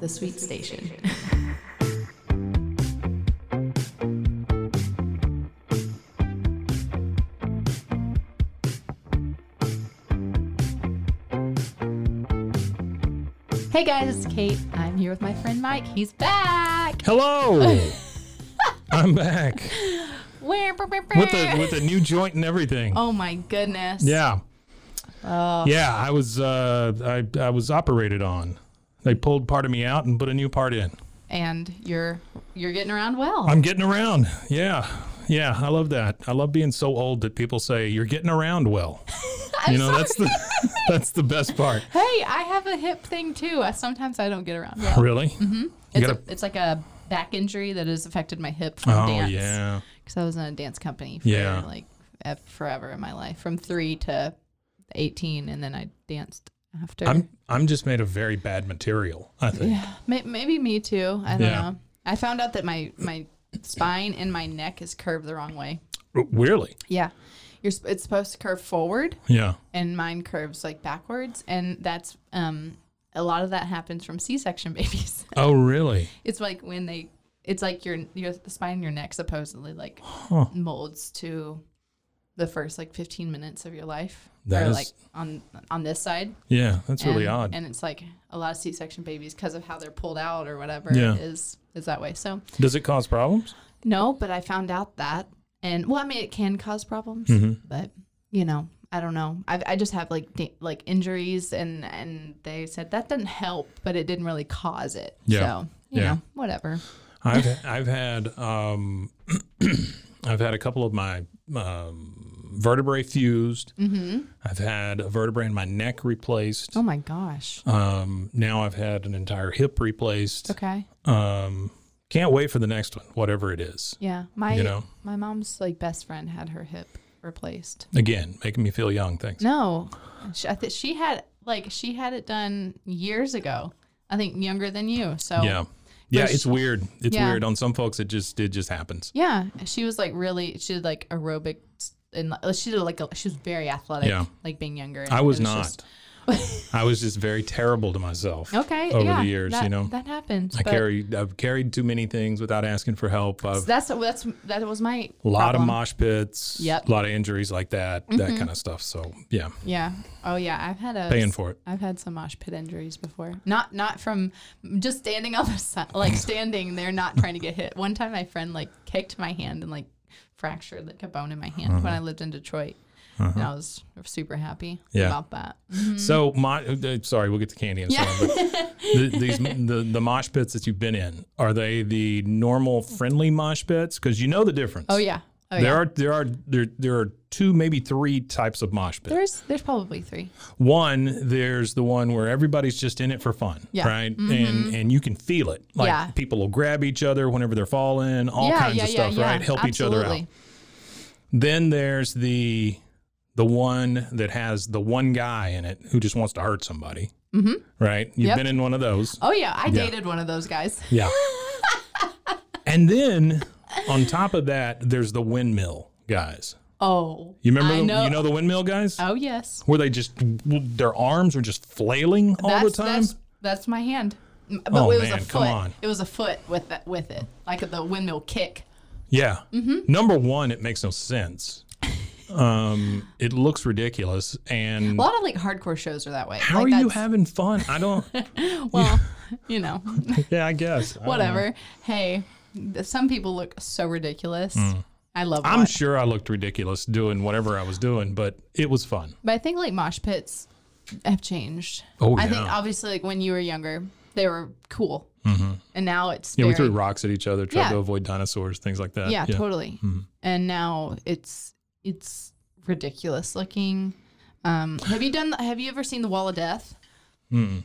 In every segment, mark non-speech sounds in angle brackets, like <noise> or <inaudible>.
The Sweet Station. <laughs> hey guys, it's Kate. I'm here with my friend Mike. He's back. <laughs> Hello. I'm back with the with the new joint and everything. <laughs> oh my goodness. Yeah. Yeah, I was uh I I was operated on. They pulled part of me out and put a new part in. And you're you're getting around well. I'm getting around. Yeah. Yeah, I love that. I love being so old that people say you're getting around well. you know, <laughs> that's the <laughs> that's the best part. hey, I have a hip thing too. I, sometimes I don't get around well. Really? Mm-hmm. It's, gotta- a, it's like a back injury that has affected my hip from Oh dance. yeah. Because I was in a dance company for Yeah. like ev- forever in my life, from three to 18. And then I danced after. I'm I'm just made of very bad material, I think. yeah, may, maybe me too. I don't Yeah. know. I found out that my, my spine and my neck is curved the wrong way. Really? Yeah. You're, sp- it's supposed to curve forward. Yeah. and mine curves like backwards and that's um a lot of that happens from c-section <laughs> babies Oh, really? it's like when they it's like your your the spine in your neck supposedly like molds to the first like 15 minutes of your life That or is- like on on this side Yeah, that's really and, odd. and it's like a lot of c-section babies because of how they're pulled out or whatever Yeah. is is that way so Does it cause problems? no, but I found out that, and well, I mean, it can cause problems, Mm-hmm. but you know, I don't know. I I just have like da- like injuries, and and they said that didn't help, but it didn't really cause it. Yeah. So you Yeah. know, whatever. I've I've had um, <clears throat> I've had a couple of my um, vertebrae fused. I've had a vertebrae in my neck replaced. Mm-hmm. Oh my gosh. Um, now I've had an entire hip replaced. Okay. Um, can't wait for the next one, whatever it is. Yeah. My You know. my mom's like best friend had her hip replaced. Again, making me feel young. Thanks. No, she, I think she had like she had it done years ago. I think younger than you. So Yeah, yeah. sh- It's weird. It's Yeah. weird. On some folks, it just it just happens. Yeah, she was like really. She did like aerobic, and like, she did like a, she was very athletic. Yeah. like being younger. I was It not. just- I was just very terrible to myself. okay. Over yeah, the years, that- you know, that happens. I but carried I've carried too many things without asking for help. I've That's that's that was my A lot problem. of mosh pits. Yep. Mm-hmm. A lot of injuries like that, that kind of stuff. So yeah, Yeah. Oh yeah, I've had a paying for it. I've had some mosh pit injuries before. Not not from just standing on the side, like standing there, <laughs> not trying to get hit. One time, my friend like kicked my hand and like fractured like a bone in my hand Uh-huh. when I lived in Detroit, and I was super happy Yeah. about that. <laughs> So my, uh, sorry, we'll get to candy in a second. But the, these the the mosh pits that you've been in are they the normal friendly mosh pits? Because you know the difference. Oh yeah. Oh, yeah. There are there are there there are two maybe three types of mosh pit. There's there's probably three. One, there's the one where everybody's just in it for fun, Yeah. Mm-hmm. right? And and you can feel it. Like Yeah. people will grab each other whenever they're falling, all yeah, kinds yeah, of yeah, stuff, yeah. right? Help each other out. Absolutely. Then there's the the one that has the one guy in it who just wants to hurt somebody. Mm-hmm. Right? You've Yep. been in one of those. Oh yeah, I dated one of those guys. Yeah. and then on top of that, there's the windmill guys. Oh, You remember? I the, know. You know the windmill guys? Oh yes, Where they just their arms are just flailing all that's, the time. That's, that's my hand. M- But Oh, it was a man, foot. come on. It was a foot with that with it, like the windmill kick. Mm-hmm. Yeah. Number one, it makes no sense. Um, it looks ridiculous. A And lot of like hardcore shows are that way. how like are you that's- having fun? I don't. <laughs> Well, <laughs> you know, yeah, I guess. I don't know. whatever. Hey, th- some people look so ridiculous. I love. Hmm. I'm wa- sure I looked ridiculous doing whatever I was doing, but it was fun. But I think like mosh pits have changed. Oh, I think yeah. Mm-hmm. obviously like when you were younger, they were cool, and now it's Yeah, we very- threw rocks at each other, tried Yeah. to avoid dinosaurs, things like that. Yeah, totally. Mm-hmm. And now it's it's ridiculous looking. Um, have you done? Have you ever seen the Wall of Death? Hmm.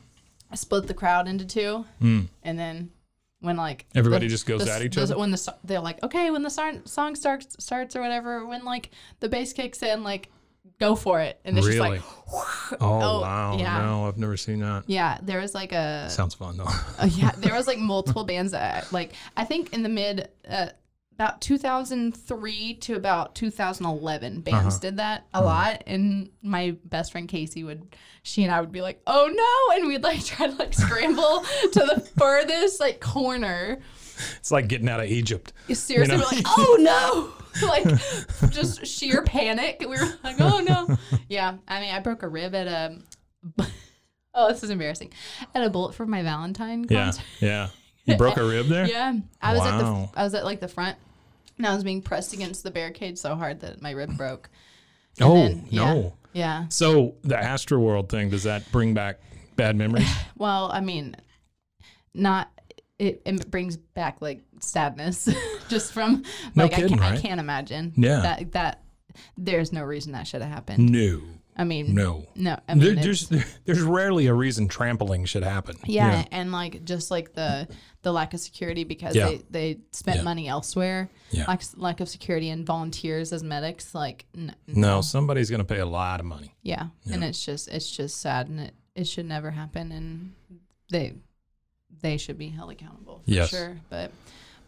I split the crowd into two, and then when like Everybody just goes the- at each the- other? When the so- they're like, okay, when the sar- song starts starts or whatever, when like the bass kicks in, like go for it, and it's <laughs> Really? just like Oh, Oh, wow. yeah. No, I've never seen that. yeah, there was like a Sounds fun though. <laughs> Uh, yeah, there was like multiple bands that like I think in the mid uh, about 2003 to about 2011 Uh-huh. bands did that a lot and my best friend Casey would she and I would be like, "Oh no." And we'd like try to like scramble <laughs> to the furthest like corner. it's like getting out of Egypt. Seriously, You know? we're like, "Oh no." <laughs> like just sheer panic. We were like, "Oh no." Yeah, I mean, I broke a rib at a <laughs> Oh, this is embarrassing. At a bullet for my Valentine concert. Yeah. <laughs> Yeah. <laughs> You broke a rib there? Yeah, I was at the Wow. f- I was at like the front, and I was being pressed against the barricade so hard that my rib broke. And Oh, then- yeah, no. Yeah. So the Astroworld thing, does that bring back <laughs> bad memories? Well, I mean, not. It, it brings back like sadness, <laughs> just from No like I, kidding, can't, I right? can't imagine. Yeah. That that there's no reason that should have happened. no. I mean, No. no. I There, mean, it's- there's there's rarely a reason trampling should happen. Yeah, and like just like the the lack of security because Yeah. they they spent Yeah. money elsewhere. Yeah. Lack, lack of security and volunteers as medics. Like, n- No, somebody's going to pay a lot of money. yeah. and it's just it's just sad and it it should never happen and they they should be held accountable for Yes. sure. But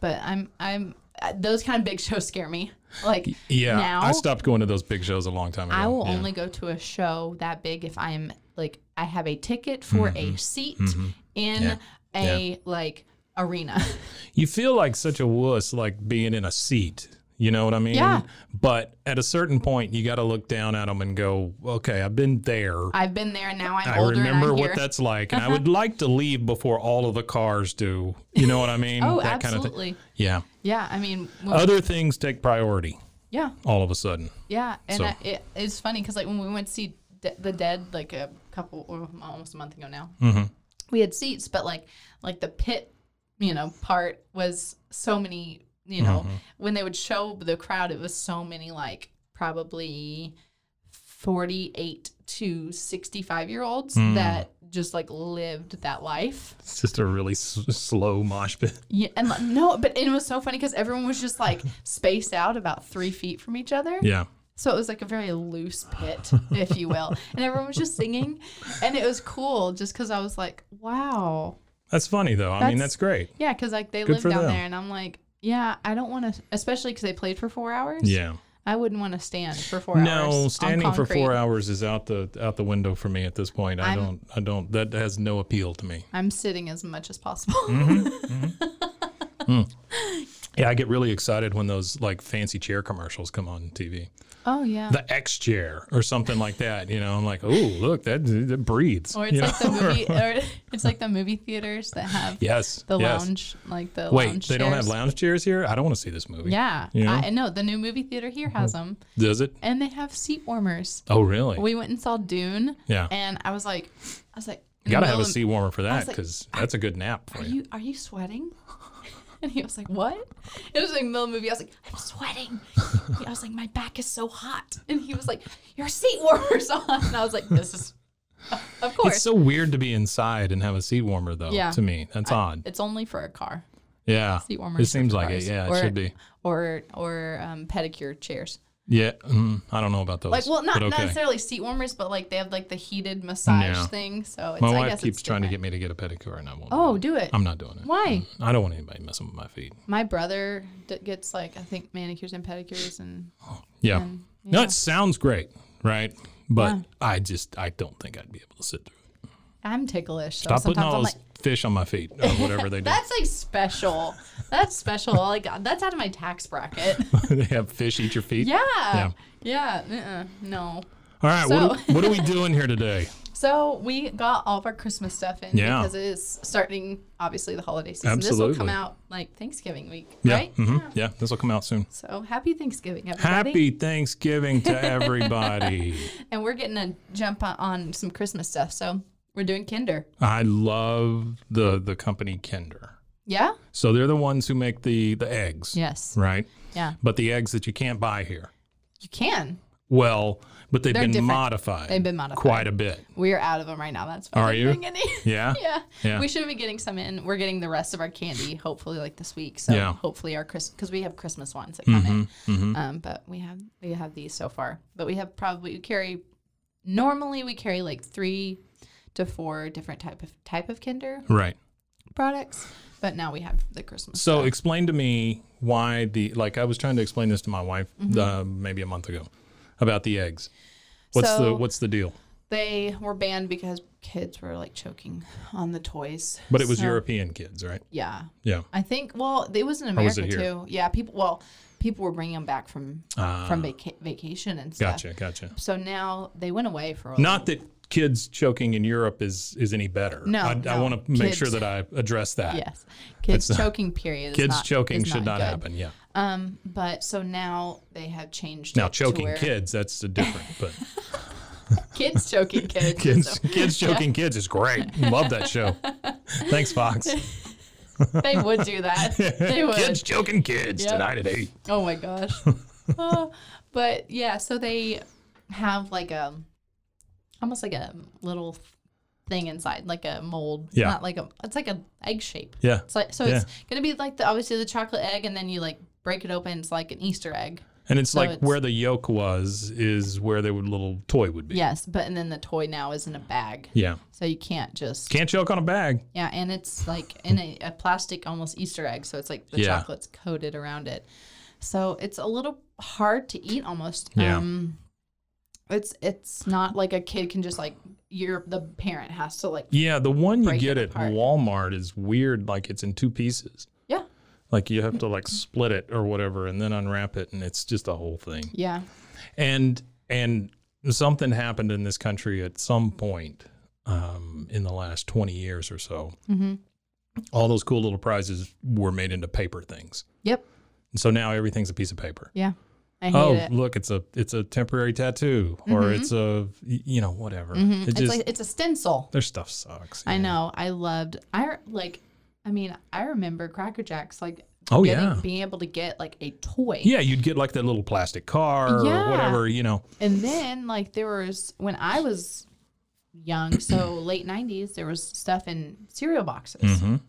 but I'm I'm uh, those kind of big <laughs> shows scare me. Like Yeah. now I stopped going to those big shows a long time ago. I will Yeah. only go to a show that big if I'm like I have a ticket for a seat in Mm-hmm. Yeah. a like arena. <laughs> you feel like such a wuss like being in a seat you know what i mean Yeah. but at a certain point you got to look down at them and go okay i've been there I've been there and now I'm I older remember and I'm what here. Uh-huh. that's like, and I would like to leave before all of the cars do. You know what I mean? <laughs> oh, that absolutely. kind of thing. Uh, Yeah. Yeah, I mean, when- Other things take priority yeah, all of a sudden. yeah, and So- I, it, it's funny because like when we went to see De- the Dead like a couple or almost a month ago now, Mm-hmm. we had seats, but like like the pit, you know, part was so many. You know, Mm-hmm. when they would show the crowd, it was so many like probably forty-eight to sixty-five year olds Hmm. that just like lived that life. It's just a really s- slow mosh pit. Yeah, and like, no, but it was so funny because everyone was just like spaced out about three feet from each other. <laughs> Yeah. So it was like a very loose <laughs> pit, if you will. And everyone was just singing. And it was cool just because I was like, wow. That's funny, though. I mean, That's- that's great. Yeah, because like they Good live for down them. there. And I'm like, yeah, I don't want to, especially because they played for four hours. Yeah. I wouldn't want to stand for four hours. No, on standing for four concrete. hours is out the out the window for me at this point. I I'm- don't. I don't. That has no appeal to me. I'm sitting as much as <laughs> possible. Mm-hmm. Yeah, I get really excited when those like fancy chair commercials come on TV. <laughs> oh, yeah. The X chair or something like that. You know, I'm like, oh, look, that, that breathes. or it's you like know? the <laughs> movie, or it's like the movie theaters that have yes. the yes. lounge, like the Wait, lounge they don't have chairs. lounge chairs here? I don't want to see this movie. Yeah. You know? Mm-hmm. I know the new movie theater here has them, Does it? and they have seat warmers. Oh, really? We went and saw Dune. Yeah. And I was like, I was like, you got to in the have a middle of- seat warmer for that was like, because that's a good nap for Are you. you are you sweating? <laughs> And he was like, "What?" It was like middle of the movie. I was like, "I'm <laughs> sweating." I was like, "My back is so hot," and he was like, "Your seat warmers <laughs> on." And I was like, "This is, <laughs> of course, It's it's, so weird to be inside and have a seat warmer, though, Yeah. to me. That's odd. only for a car. Yeah. Seat warmers. It are seems for like it. cars. Yeah, Or- it should be. Or or um, pedicure chairs. Yeah. Mm, I don't know about those. Like, well, not, but okay. not necessarily seat warmers, but like they have like the heated massage Yeah. thing. So it's, My I wife guess keeps it's trying to get different. me to get a pedicure, and I won't. Oh, do do it. it. I'm not doing it. Why? I don't want anybody messing with my feet. My brother d- gets like I think manicures and pedicures, and Yeah. And, No, it sounds great, right? But I just I don't think I'd be able to sit through it. I'm ticklish. So Stop putting sometimes all I'm those like, <laughs> fish on my feet or whatever they do. that's like special. That's special. Like that's out of my tax <laughs> bracket. <laughs> they have fish eat your feet. Yeah. Yeah. Uh-uh. No. All right. What, So- are, what are we doing here today? So we got all of our Christmas stuff in Yeah. because it is starting obviously the holiday season. This will Absolutely. come out like Thanksgiving week, Yeah. <laughs> right? mhm, Yeah. This will come out soon. So happy Thanksgiving, everybody. Happy <laughs> Thanksgiving to everybody. And we're getting a jump on, on some Christmas stuff. So we're doing Kinder. I love the the company Kinder. Yeah? So they're the ones who make the the eggs. Yes. Right. Yeah. But the eggs that you can't buy here. You can. Well, but they've They're been different. modified. They've been modified. quite a bit. We're out of them right now. That's why Are we're you? doing Any. <laughs> Yeah. yeah. Yeah. We should be getting some in. We're getting the rest of our candy hopefully like this week. So Yeah. Mm-hmm, hopefully our Christmas because we have Christmas ones that come in. Um, but we have we have these so far. But we have probably we carry normally we carry like three to four different type of type of Kinder Right. products. But now we have the Christmas. So explain to me why the like I was trying to explain this to my wife Mm-hmm. uh, maybe a month ago about the eggs. What's the So- what's the deal? they were banned because kids were like choking on the toys. But it was So- European kids, right? Yeah. Yeah. I think. Well, it was in Or was America it here? too. Yeah, people. Well, people were bringing them back from from vaca- vacation and stuff. Ah. Gotcha. Gotcha. So now they went away for a Not that kids choking in Europe is is any better. No, I, I no. want to make Kids- sure that I address that. Yes, kids choking period. is Kids not- choking is should not, good. happen. Yeah. Um, but so now they have changed. Now it to choking where- kids that's a different, but <laughs> kids choking kids. <laughs> <laughs> kids kids. kids choking kids is great. Love <laughs> that show. Thanks, Fox. they would do <laughs> that. They would. Kids choking kids Yep. tonight at eight. Oh my gosh. <laughs> Uh, but yeah, so they have like a almost like a little thing inside, like a mold. Yeah. Not like a it's like an egg shape. Yeah. It's like so it's Yeah. gonna be like the obviously the chocolate egg and then you like break it open, it's like an Easter egg. And it's So like it's- where the yolk was is where the little toy would be. Yes, but and then the toy now is in a bag. Yeah. So you can't just Can't choke on a bag. Yeah, and it's like in a, a plastic almost Easter egg, so it's like the Yeah. chocolate's coated around it. So it's a little hard to eat almost. Yeah. Um it's it's not like a kid can just like your the parent has to like Yeah, the one you Break get it at apart. Walmart is weird. Like it's in two pieces. Yeah. Like you have to <laughs> like split it or whatever, and then unwrap it, and it's just a whole thing. Yeah. And and something happened in this country at some point um, in the last twenty years or so. Mm-hmm. All those cool little prizes were made into paper things, Yep. and so now everything's a piece of paper. Yeah. I hate Oh, it. look, it's a it's a temporary tattoo, or it's a y- you know whatever. It Mm-hmm. It's just like it's a stencil. their stuff sucks. I yeah. know. I loved I re- like I mean, I remember Cracker Jacks like Oh, getting, yeah. being able to get like a toy. Yeah, you'd get like that little plastic car or Yeah. whatever, you know. And then like there was when I was young, so <clears throat> late nineties, there was stuff in cereal boxes. <laughs>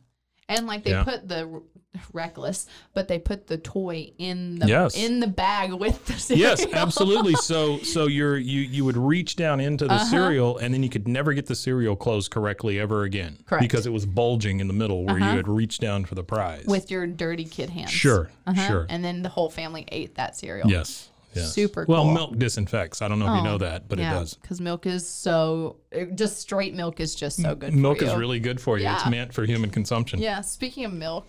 And like they Mm-hmm. Yeah. put the r- reckless, but they put the toy in the Yes. in the bag with the cereal. Yes, absolutely. So so you're you you would reach down into the Uh-huh. cereal and then you could never get the cereal closed correctly ever again. Correct. Uh-huh. Because it was bulging in the middle where you had reached down for the prize. <laughs> With your dirty kid hands. Sure, Uh-huh. sure. And then the whole family ate that cereal. yes. Yes. Super Well, cool. Oh, milk disinfects. I don't know if you know that, but it does. Because milk is so it- just straight milk is just so good. Milk for is you. really good for you. It's Yeah. meant for human consumption. Yeah. Speaking of milk,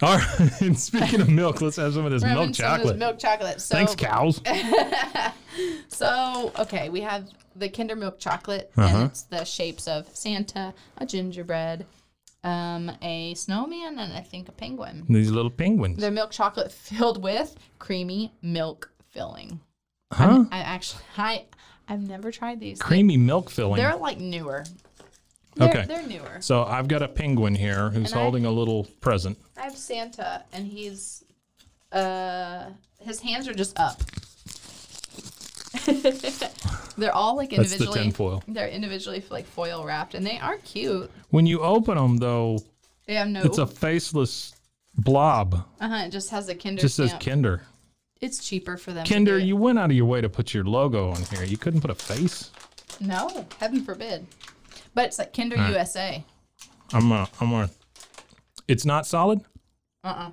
All right. <laughs> And speaking of milk, let's have some of this we're having milk some of this chocolate. Milk chocolate. So <laughs> Thanks, cows. So, okay, we have the Kinder Milk chocolate, Uh-huh. and it's the shapes of Santa, a gingerbread, um, a snowman, and I think a penguin. These little penguins. The milk chocolate <laughs> filled with creamy milk filling. Huh? I actually, I, I've never tried these. Creamy milk filling. They're like newer. They're, Okay. They're newer. So I've got a penguin here who's And I- holding a little present. I have Santa, and he's, uh, his hands are just up. <laughs> they're all like That's the individually. tinfoil. They're individually like foil wrapped, and they are cute. When you open them, though, They have no. it's a faceless blob. uh-huh, it just has a Kinder. just says stamp. Kinder. It's cheaper for them. to Kinder, do it. you went out of your way to put your logo on here. You couldn't put a face. No, heaven forbid. But it's like Kinder USA. I'm gonna. I'm gonna. It's not solid. Uh uh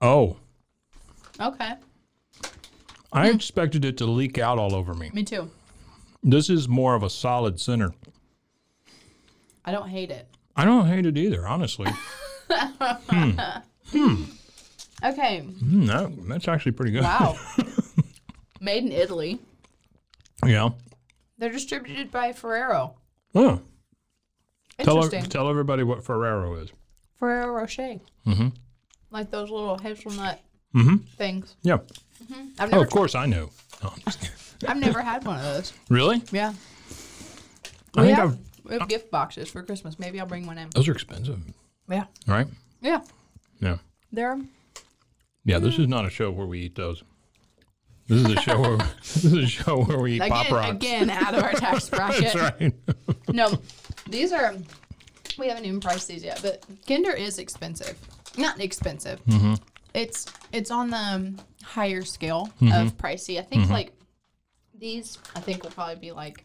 Oh, Okay. Hmm. I expected it to leak out all over me. Me too. This is more of a solid center. I don't hate it. I don't hate it either, honestly. Okay. <laughs> Mm, that- that's actually pretty good. Wow. Made in Italy. <laughs> yeah. They're distributed by Ferrero. Oh, tell, ev- Interesting. tell everybody what Ferrero is. Ferrero Rocher. Mm-hmm. Like those little hazelnut things. Yeah. I've Mm-hmm. Oh, never, of course I know. No, I'm just kidding. <laughs> I've never had one of those. really? Yeah. I we think have, I've- we have gift boxes for Christmas. Maybe I'll bring one in. Those are expensive, Yeah. right? Yeah. Yeah. They're Yeah, this is not a show where we eat those. This is a show where <laughs> this is a show where we eat pop again, rocks. again out of our tax bracket. <laughs> That's right. No, these are. We haven't even priced these yet, but Kinder is expensive. Not expensive. Mm-hmm. It's it's on the um, higher scale Mm-hmm. of pricey. I think like these. I think will probably be like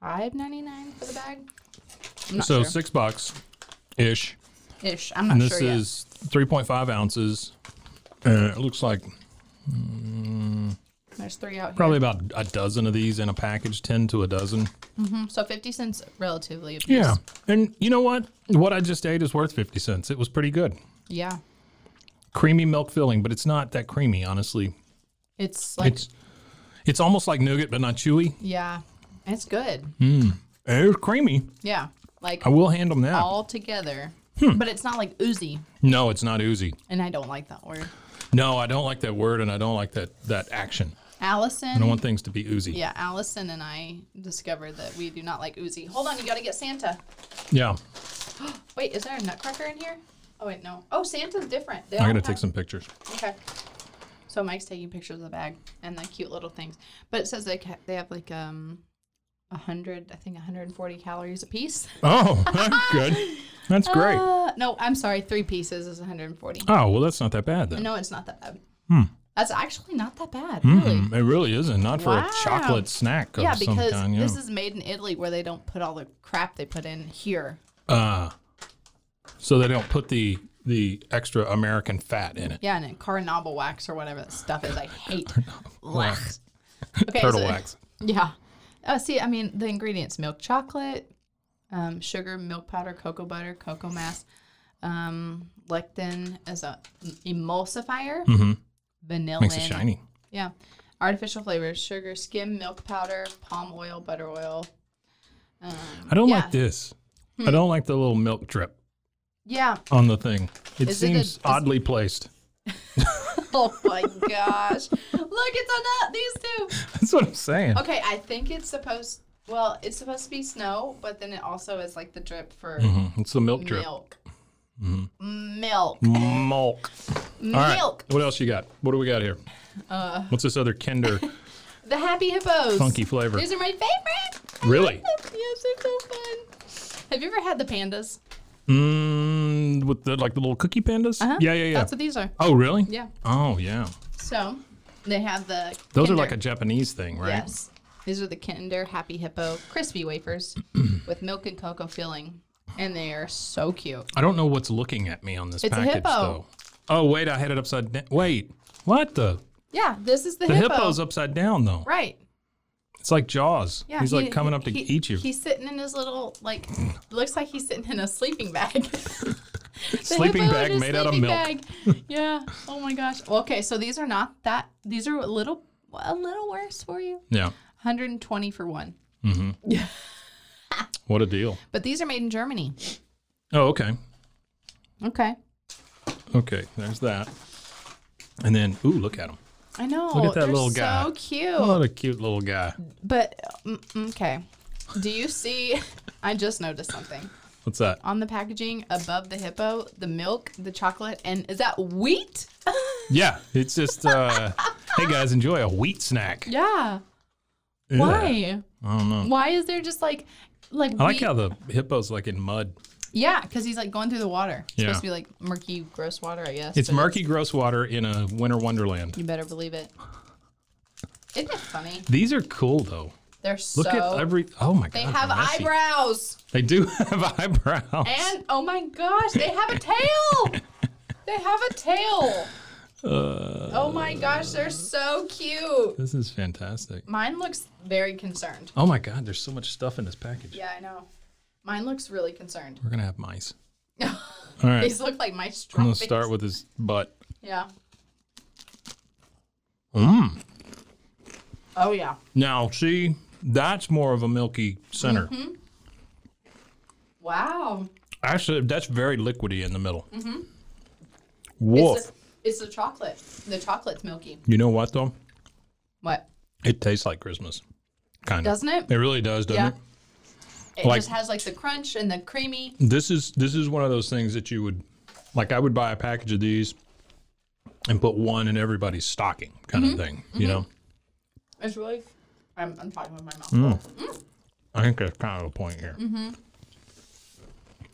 five ninety nine for the bag. I'm not so sure. six bucks ish. Ish. I'm not And this sure yet. is three point five ounces. And it looks like There's three out probably about a dozen of these in a package, ten to a dozen. here. So fifty cents relatively. Abused. Yeah. And you know what? What I just ate is worth fifty cents. It was pretty good. Yeah. Creamy milk filling, but it's not that creamy, honestly. It's like it's it's almost like nougat but not chewy. yeah. It's good. Mm. It's creamy. Yeah. Like I will hand them that. all together. Hmm. But it's not like oozy, No, it's not oozy. and I don't like that word. No, I don't like that word, and I don't like that that action. Allison. I don't want things to be oozy. Yeah, Allison and I discovered that we do not like Uzi. Hold on, you gotta get Santa. Yeah. Wait, is there a Nutcracker in here? Oh wait, no. Oh, Santa's different. They I all gotta have- take some <laughs> pictures. Okay. So Mike's taking pictures of the bag and the cute little things, but it says they ca- they have like um, a hundred, I think, 140 calories a piece. Oh, that's good. That's <laughs> great. Uh, no, I'm sorry, three pieces is 140. Oh well, that's not that bad then. No, it's not that bad. hmm. That's actually not that bad, really. Mm, It really isn't. Not for Wow. a chocolate snack of Yeah, some because kind. Yeah. this is made in Italy, where they don't put all the crap they put in here. Uh, so they don't put the the extra American fat in it. Yeah, and then carnauba wax or whatever that stuff is. I hate Wax. Okay, Turtle so- wax. Yeah. Oh, see, I mean the ingredients: milk chocolate, um, sugar, milk powder, cocoa butter, cocoa mass, um, lectin as a emulsifier, vanilla, Mm-hmm. Makes it shiny. Yeah, artificial flavors: sugar, skim, milk powder, palm oil, butter oil. I don't Yeah. Hmm. like this. I don't like the little milk drip Yeah. <laughs> on the thing. It Is it a- seems is- oddly placed. <laughs> Oh my gosh! Look, it's on that these two. That's what I'm saying. Okay, I think it's supposed. Well, it's supposed to be snow, but then it also is like the drip for Mhm, It's the milk drip. Mm-hmm. milk. Milk. Milk. Milk. Uh. What else you got? What do we got here? What's this <laughs> other Kinder The happy hippos. funky flavor? These are my favorite. Really? yes, they're so fun. Have you ever had the pandas? Mm, with the like the little cookie pandas? Yeah, yeah, yeah. Uh-huh. That's what these are. oh, really? Yeah. Oh, yeah. So they have the. Those Kinder- are like a Japanese thing, right? Yes. These are the Kinder Happy Hippo crispy <clears throat> wafers with milk and cocoa filling, and they are so cute. I don't know what's looking at me on this It's a package hippo. though. Oh, wait, I had it upside down. Wait. What the? Yeah, this is the, The hippo. hippo's upside down though. Right. It's like Jaws. Yeah, he's he- like coming he- up to he- eat you. He's sitting in his little like looks like he's sitting in a sleeping bag. <laughs> The Sleeping hippo bag in a made out of sleeping milk. bag. Yeah. Oh my gosh. Well, Okay, so these are not that. These are a little a little worse for you. Yeah. 120 for one. What a deal. But these are made in Germany. Oh, okay. Okay. Okay. There's that. And then, ooh, look at him. I know. Look at that They're little so guy. cute. What a cute little guy. But mm, okay. Do you see <laughs> I just noticed something. What's that? On the packaging above the hippo, the milk, the chocolate, and is that wheat? Yeah, it's just <laughs> uh hey guys, enjoy a wheat snack. yeah. Yeah. Why? I don't know. Why is there just like, like, I like wheat- how the hippo's like in mud. yeah, because he's like going through the water. It's Yeah. supposed to be like murky, gross water, I guess. It's but murky gross water in a winter wonderland. You better believe it. Isn't it funny? These are cool though. They're so. Look at every oh my they god. have they're messy. eyebrows, They do <laughs> have eyebrows. and oh my gosh, they have a <laughs> tail. they have a tail. Uh. oh my gosh, they're so cute. This is fantastic. Mine looks very concerned. Oh my god, there's so much stuff in this package. Yeah, I know. Mine looks really concerned. <laughs> We're gonna have mice. All right. These look like my straw. I'm going to start with his butt. Yeah. Mm. Oh yeah. Now, see, that's more of a milky center. Mm-hmm. Wow. Actually, that's very liquidy in the middle. Mm-hmm. It's Woof. the, it's the chocolate. The chocolate's milky. you know what, though? What? It tastes like Christmas. Kind of. Doesn't it? Mm. It really does, doesn't Yeah. it? It Like- just has like the crunch and the creamy. this is this is one of those things that you would like i would buy a package of these and put one in everybody's stocking kind Mm-hmm. of thing you know It's really. I'm, I'm talking with my mouth. Mm. i think that's kind of the point here Mm-hmm.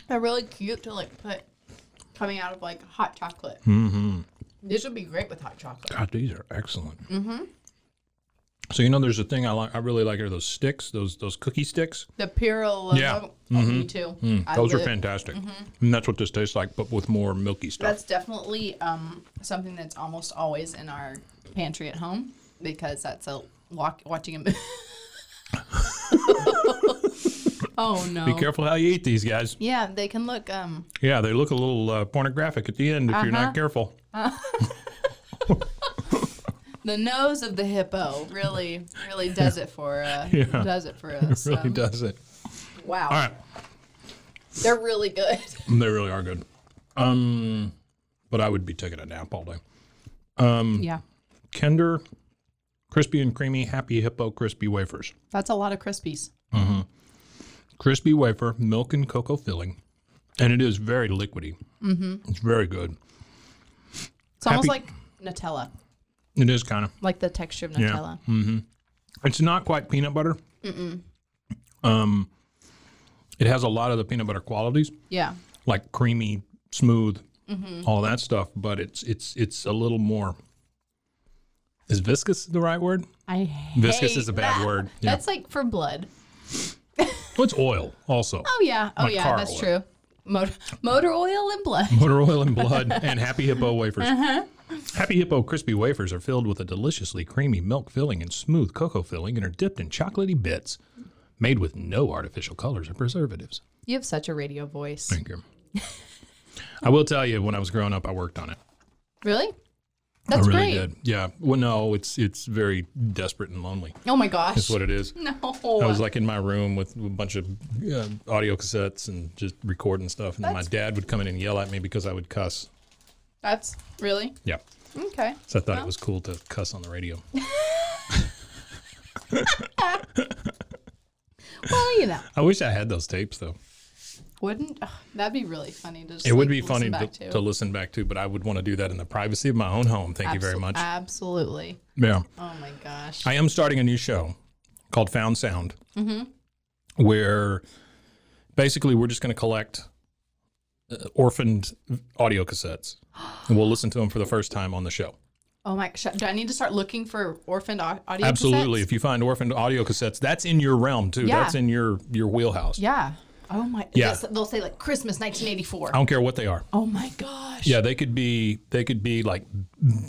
They're really cute to like put coming out of like hot chocolate. Mm-hmm. This would be great with hot chocolate. god these are excellent mm-hmm. so you know there's a thing i like i really like are those sticks those those cookie sticks The Pirlo. Yeah. Mm-hmm. Mm. Oh, Me too. I those are live- fantastic and that's what this tastes like but with more milky stuff That's definitely um, something that's almost always in our pantry at home because that's a walk, watching a movie. <laughs> oh no. be careful how you eat these guys Yeah, they can look um yeah they look a little uh, pornographic at the end if you're Uh-huh. not careful the nose of the hippo really <laughs> really does it for uh Yeah. does it <laughs> for us. really um, does it Wow. all right They're really good. They really are good. Um, but I would be taking a nap all day. <laughs> Hmm. yeah. Kinder, crispy and creamy, happy hippo crispy wafers. That's a lot of crispies. Crispy wafer, milk and cocoa filling, and it is very liquidy. Mm-hmm. It's very good. It's almost Happy- like Nutella, It is kind of. like the texture of Yeah. Hmm. Nutella. It's not quite peanut butter. Um, it has a lot of the peanut butter qualities, Yeah. like creamy, smooth, Mm-hmm. all that stuff. But it's it's it's a little more. Is viscous the right word? I hate Viscous is a bad that. <laughs> word. Yeah. That's like for blood. Well, it's oil also. Oh yeah. Oh Like yeah, car that's oil. true. Motor, motor oil and blood. Motor oil and blood and Happy Hippo wafers. Happy Hippo crispy wafers are filled with a deliciously creamy milk filling and smooth cocoa filling and are dipped in chocolatey bits made with no artificial colors or preservatives. You have such a radio voice. Thank you. I will tell you, when I was growing up, I worked on it. Really? That's I really great. did. Yeah. Well, no, it's it's very desperate and lonely. Oh my gosh. That's what it is. <laughs> no. I was like in my room with a bunch of uh, audio cassettes and just recording stuff, and then my dad would come in and yell at me because I would cuss. that's really Yeah. okay. So I thought it was cool to cuss on the radio. Well, you know, I wish I had those tapes though. wouldn't ugh, that'd be really funny to? Just, It would like, be funny to, listen to. listen back to, but I would want to do that in the privacy of my own home. Thank you very Absol- uh, much. Absolutely. yeah. Oh my gosh. I am starting a new show called Found Sound, Mm-hmm. where basically we're just going to collect uh, orphaned audio cassettes and we'll listen to them for the first time on the show. oh my. Sh- do I need to start looking for orphaned au- audio? Absolutely. cassettes? If you find orphaned audio cassettes, that's in your realm too. Yeah. That's in your, your wheelhouse. Yeah. Oh my. Yeah. They'll, they'll say like Christmas 1984. I don't care what they are. Oh my gosh. Yeah, they could be they could be like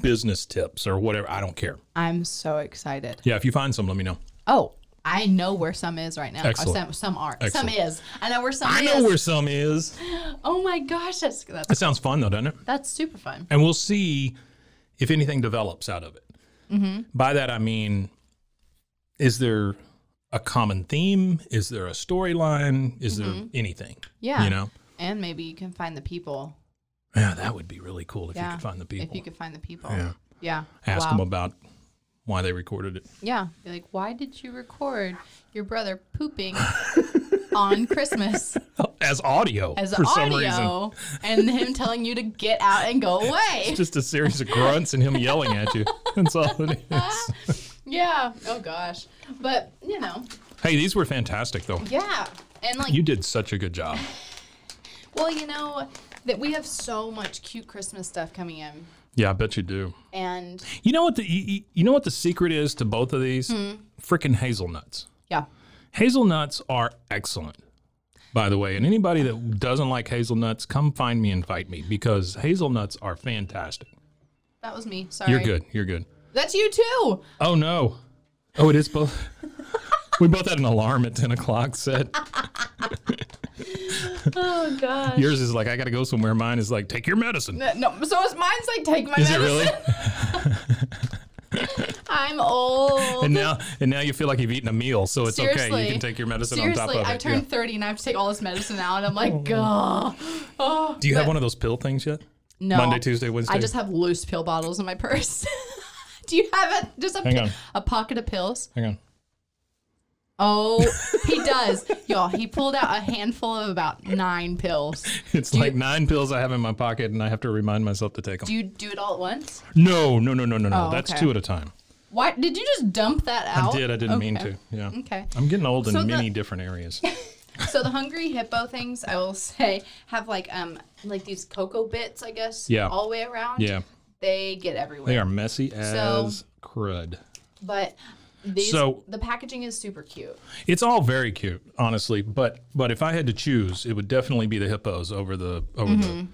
business tips or whatever. I don't care. I'm so excited. Yeah, if you find some, let me know. Oh, I know where some is right now. Or Excellent. Some, some are. Excellent. Some is. I know where some I is. know where some is. oh my gosh, that's that's, That sounds fun though, doesn't it? that's super fun. And we'll see if anything develops out of it. Mm-hmm. By that I mean, is there a common theme? Is there a storyline? Is there anything? Mm-hmm. Yeah. You know. And maybe you can find the people. Yeah, that would be really cool if Yeah. you could find the people. If you could find the people. Yeah. Yeah. Ask wow. them about why they recorded it. <laughs> Yeah. Be like, why did you record your brother pooping <laughs> on Christmas As audio as for some reason. audio and him telling you to get out and go away? Just a series of grunts and him yelling at you. <laughs> That's all it <laughs> is. yeah. Oh gosh. But you know. Hey, these were fantastic though. Yeah. And like You did such a good job. Well, you know that we have so much cute Christmas stuff coming in, Yeah, I bet you do. and You know what the you, you- you know what the secret is to both of these? Hmm. Frickin' hazelnuts. yeah, Hazelnuts are excellent. By the way, and anybody that doesn't like hazelnuts, come find me and fight me because hazelnuts are fantastic. that was me. Sorry, You're good. You're good. That's you too. Oh no. Oh, it is <laughs> both. we both had an alarm at ten o'clock set. Oh gosh. Yours is like, I got to go somewhere. Mine is like, take your medicine. No, no, so is mine's like take my Is it medicine. really? I'm old. And now, and now you feel like you've eaten a meal, so it's okay. You Seriously. can take your <laughs> medicine Seriously, on top of I it. turned Yeah. 30 and I have to take all this medicine now, and I'm like, gah. Oh, Do you have one of those pill things yet? no. Monday, Tuesday, Wednesday. I just have loose pill bottles in my purse. <laughs> Do you have a just a, Hang on. a pocket of pills? Hang on. Oh, he does, y'all. He pulled out a handful of about nine pills. <laughs> It's you- like nine pills I have in my pocket, and I have to remind myself to take them. Do you do it all at once? no, no, no, no, no, no. Oh, That's okay. two at a time. Why did you just dump that out? I did. I didn't mean Okay. to. Yeah. Okay. I'm getting old in So the- many <laughs> different areas. So the hungry hippo things, I will <laughs> say, have like um like these cocoa bits, I guess. Yeah. All the way around. Yeah. They get everywhere. They are messy as crud. But these So- the packaging is super cute. It's all very cute, honestly. But but if I had to choose, it would definitely be the hippos over the over the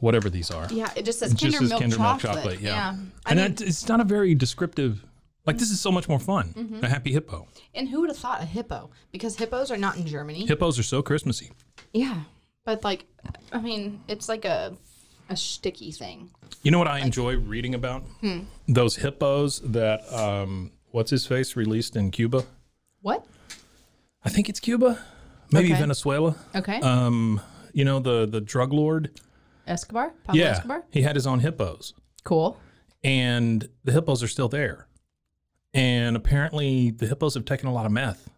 whatever these are. Yeah, it just says It Mm-hmm. Kinder, just says milk, Kinder chocolate. yeah. I and mean, that, it's not a very descriptive. Like this is so much more fun. Mm-hmm. A happy hippo. and who would have thought a hippo? Because hippos are not in Germany. Hippos are so Christmassy. yeah. But like I mean, it's like a a sticky thing. You know what I enjoy reading about? Hmm. Those hippos that um, what's his face released in Cuba. What? I think it's Cuba, maybe Okay. Venezuela. Okay. Um, you know the the drug lord. Escobar? Pablo yeah, Escobar? he had his own hippos, Cool. and the hippos are still there. And apparently, the hippos have taken a lot of meth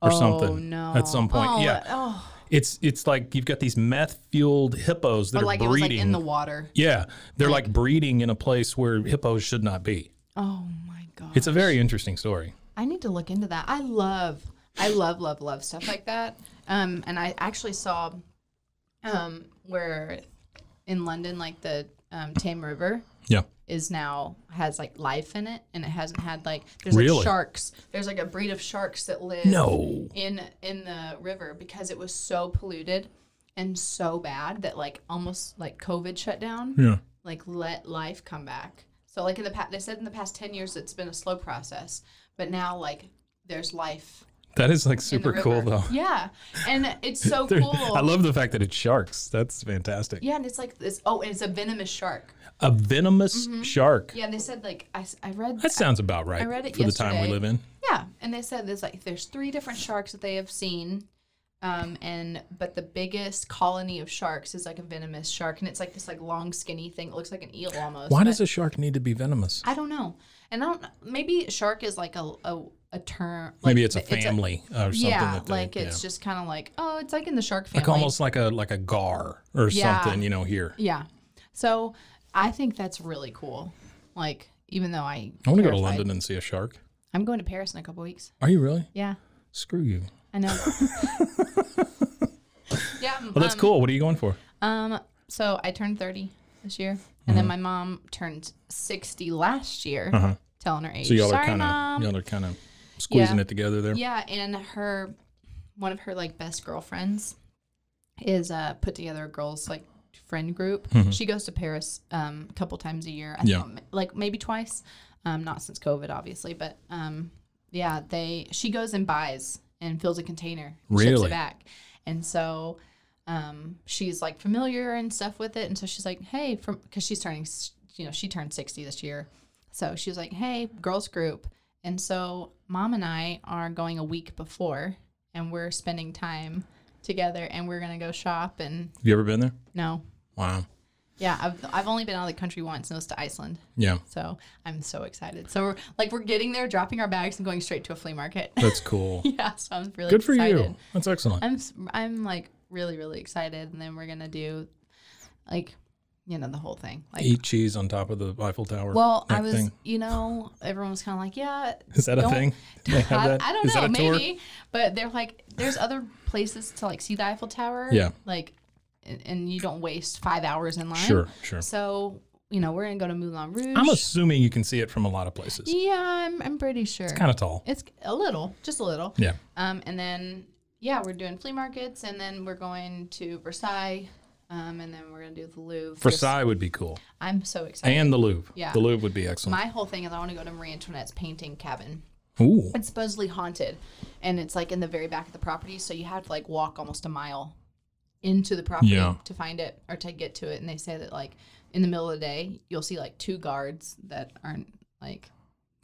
or Oh something no. at some point. Oh, yeah, Oh. it's it's like you've got these meth fueled hippos that Or are like it was like breeding. in the water. yeah, they're like breeding in a place where hippos should not be. Oh my god. It's a very interesting story. I need to look into that. I love, I love, love, love stuff like that. Um, and I actually saw, um, where in London, like the um, Tame River Yeah. is now has like life in it, and it hasn't had like there's Really? like sharks. There's like a breed of sharks that live No. in in the river because it was so polluted and so bad that like almost like COVID shut down Yeah. like let life come back. So like in the past, they said in the past ten years it's been a slow process, but now like there's life. That is like in the super cool river. though. Yeah, and it's <laughs> so They're- cool. I love the fact that it's sharks. That's fantastic. Yeah, and it's like this. Oh, and it's a venomous shark. A venomous shark. Mm-hmm. Yeah, they said like I, s- I read. That sounds about right I read it for the time we yesterday. live in. yeah, and they said there's like there's three different sharks that they have seen. Um, and but the biggest colony of sharks is like a venomous shark, and it's like this like long skinny thing. It looks like an eel almost. Why but- does a shark need to be venomous? I don't know. And I don't maybe shark is like a a, a term. Maybe like, it's a family or something. yeah, that they- like it's yeah. just kind of like oh, it's like in the shark family. like almost like a like a gar or Yeah. something. You know, here. Yeah. So I think that's really cool. Like even though I I want to go to terrified- London and see a shark. I'm going to Paris in a couple weeks. Are you really? Yeah, Screw you. I <laughs> know. yeah. Well, that's cool. What are you going for? Um. So I turned 30 this year, and Mm-hmm. then my mom turned 60 last year, telling her age. Uh-huh. So y'all Sorry, are kind mom. of y'all are kind of squeezing Yeah. it together there. Yeah, and her one of her like best girlfriends is uh put together a girls like friend group. She goes to Paris um a couple times a year. I Mm-hmm. Yeah. think, like maybe twice. Um not since COVID obviously, but um yeah, they she goes and buys and fills a container, ships Really? it back. And so um she's like familiar and stuff with it and so she's like, "Hey, from cuz she's turning s- you know, she turned 60 this year. So she was like, "Hey, girls group." And so mom and I are going a week before, and we're spending time together, and we're gonna go shop. And Have you ever been there? no, Wow. yeah, I've I've only been out of the country once, and it was to Iceland. Yeah, So I'm so excited. So we're like we're getting there, dropping our bags, and going straight to a flea market. that's cool. yeah, so I'm <laughs> really Good for excited. you. That's excellent. I'm s- I'm like really really excited, and then we're gonna do like you know the whole thing. Like Eat cheese on top of the Eiffel Tower. well, I that was thing. <laughs> you know everyone was kind of like yeah, Is that a don't- <laughs> thing? <laughs> They have I, that? I don't Is know, that a tour? maybe. But they're like, there's other places to like see the Eiffel Tower. Yeah. Like, and, and you don't waste five hours in line. Sure, sure. So you know we're gonna go to Moulin Rouge. I'm assuming you can see it from a lot of places. yeah, I'm, I'm pretty sure. It's Kind of tall. It's a little, just a little. Yeah. Um, and then yeah, we're doing flea markets, and then we're going to Versailles, um, and then we're gonna do the Louvre. Versailles would be cool. I'm so excited. And the Louvre. Yeah. The Louvre would be excellent. My whole thing is I want to go to Marie Antoinette's painting cabin. Ooh. It's supposedly haunted, and it's like in the very back of the property. So you have to like walk almost a mile into the property Yeah. to find it or to get to it. And they say that like in the middle of the day, you'll see like two guards that aren't like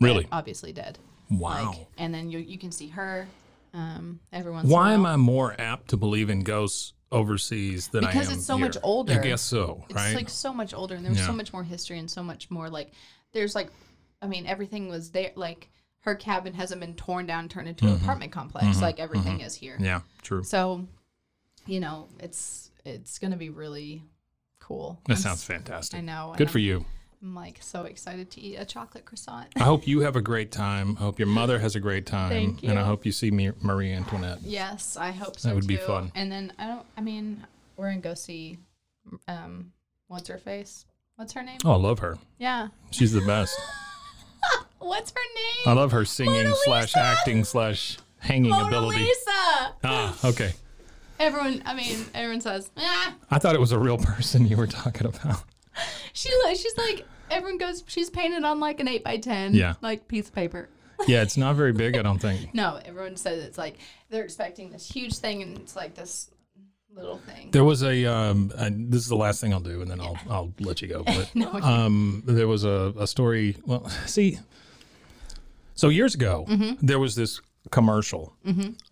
dead, Really? obviously dead. Wow. Like, and then you you can see her. Um, everyone's Why am I more apt to believe in ghosts overseas than I am Because it's so here? much older. I guess so, It's right? like so much older, and there was Yeah. so much more history and so much more like there's like, I mean, everything was there. Like her cabin hasn't been torn down, turned into an apartment complex. Like everything is here. Mm-hmm. yeah, true. So, you know, it's it's gonna be really cool. That I'm sounds s- fantastic. I know, Good I for know. you. I'm like so excited to eat a chocolate croissant. <laughs> I hope you have a great time. I hope your mother has a great <laughs> time. Thank And I you. hope you see me, Marie Antoinette. yes, I hope so. would be too. fun. And then I don't. I mean, we're gonna go see. Um, what's her face? What's her name? Oh, I love her. Yeah. She's the best. What's her name? I love her singing Mona slash Lisa! acting slash hanging Mona ability. Lisa. Ah, okay. Everyone, I mean, everyone says, ah, I thought it was a real person you were talking about. she looks, she's like, everyone goes, she's painted on like an 8 by 10 Yeah. like piece of paper. Yeah, it's not very big, I don't think. No, everyone says it's like, they're expecting this huge thing and it's like this little thing. There was a. Um, and this is the last thing I'll do, and then I'll I'll let you go. But um, there was a, a story. Well, see, so years ago, there was this commercial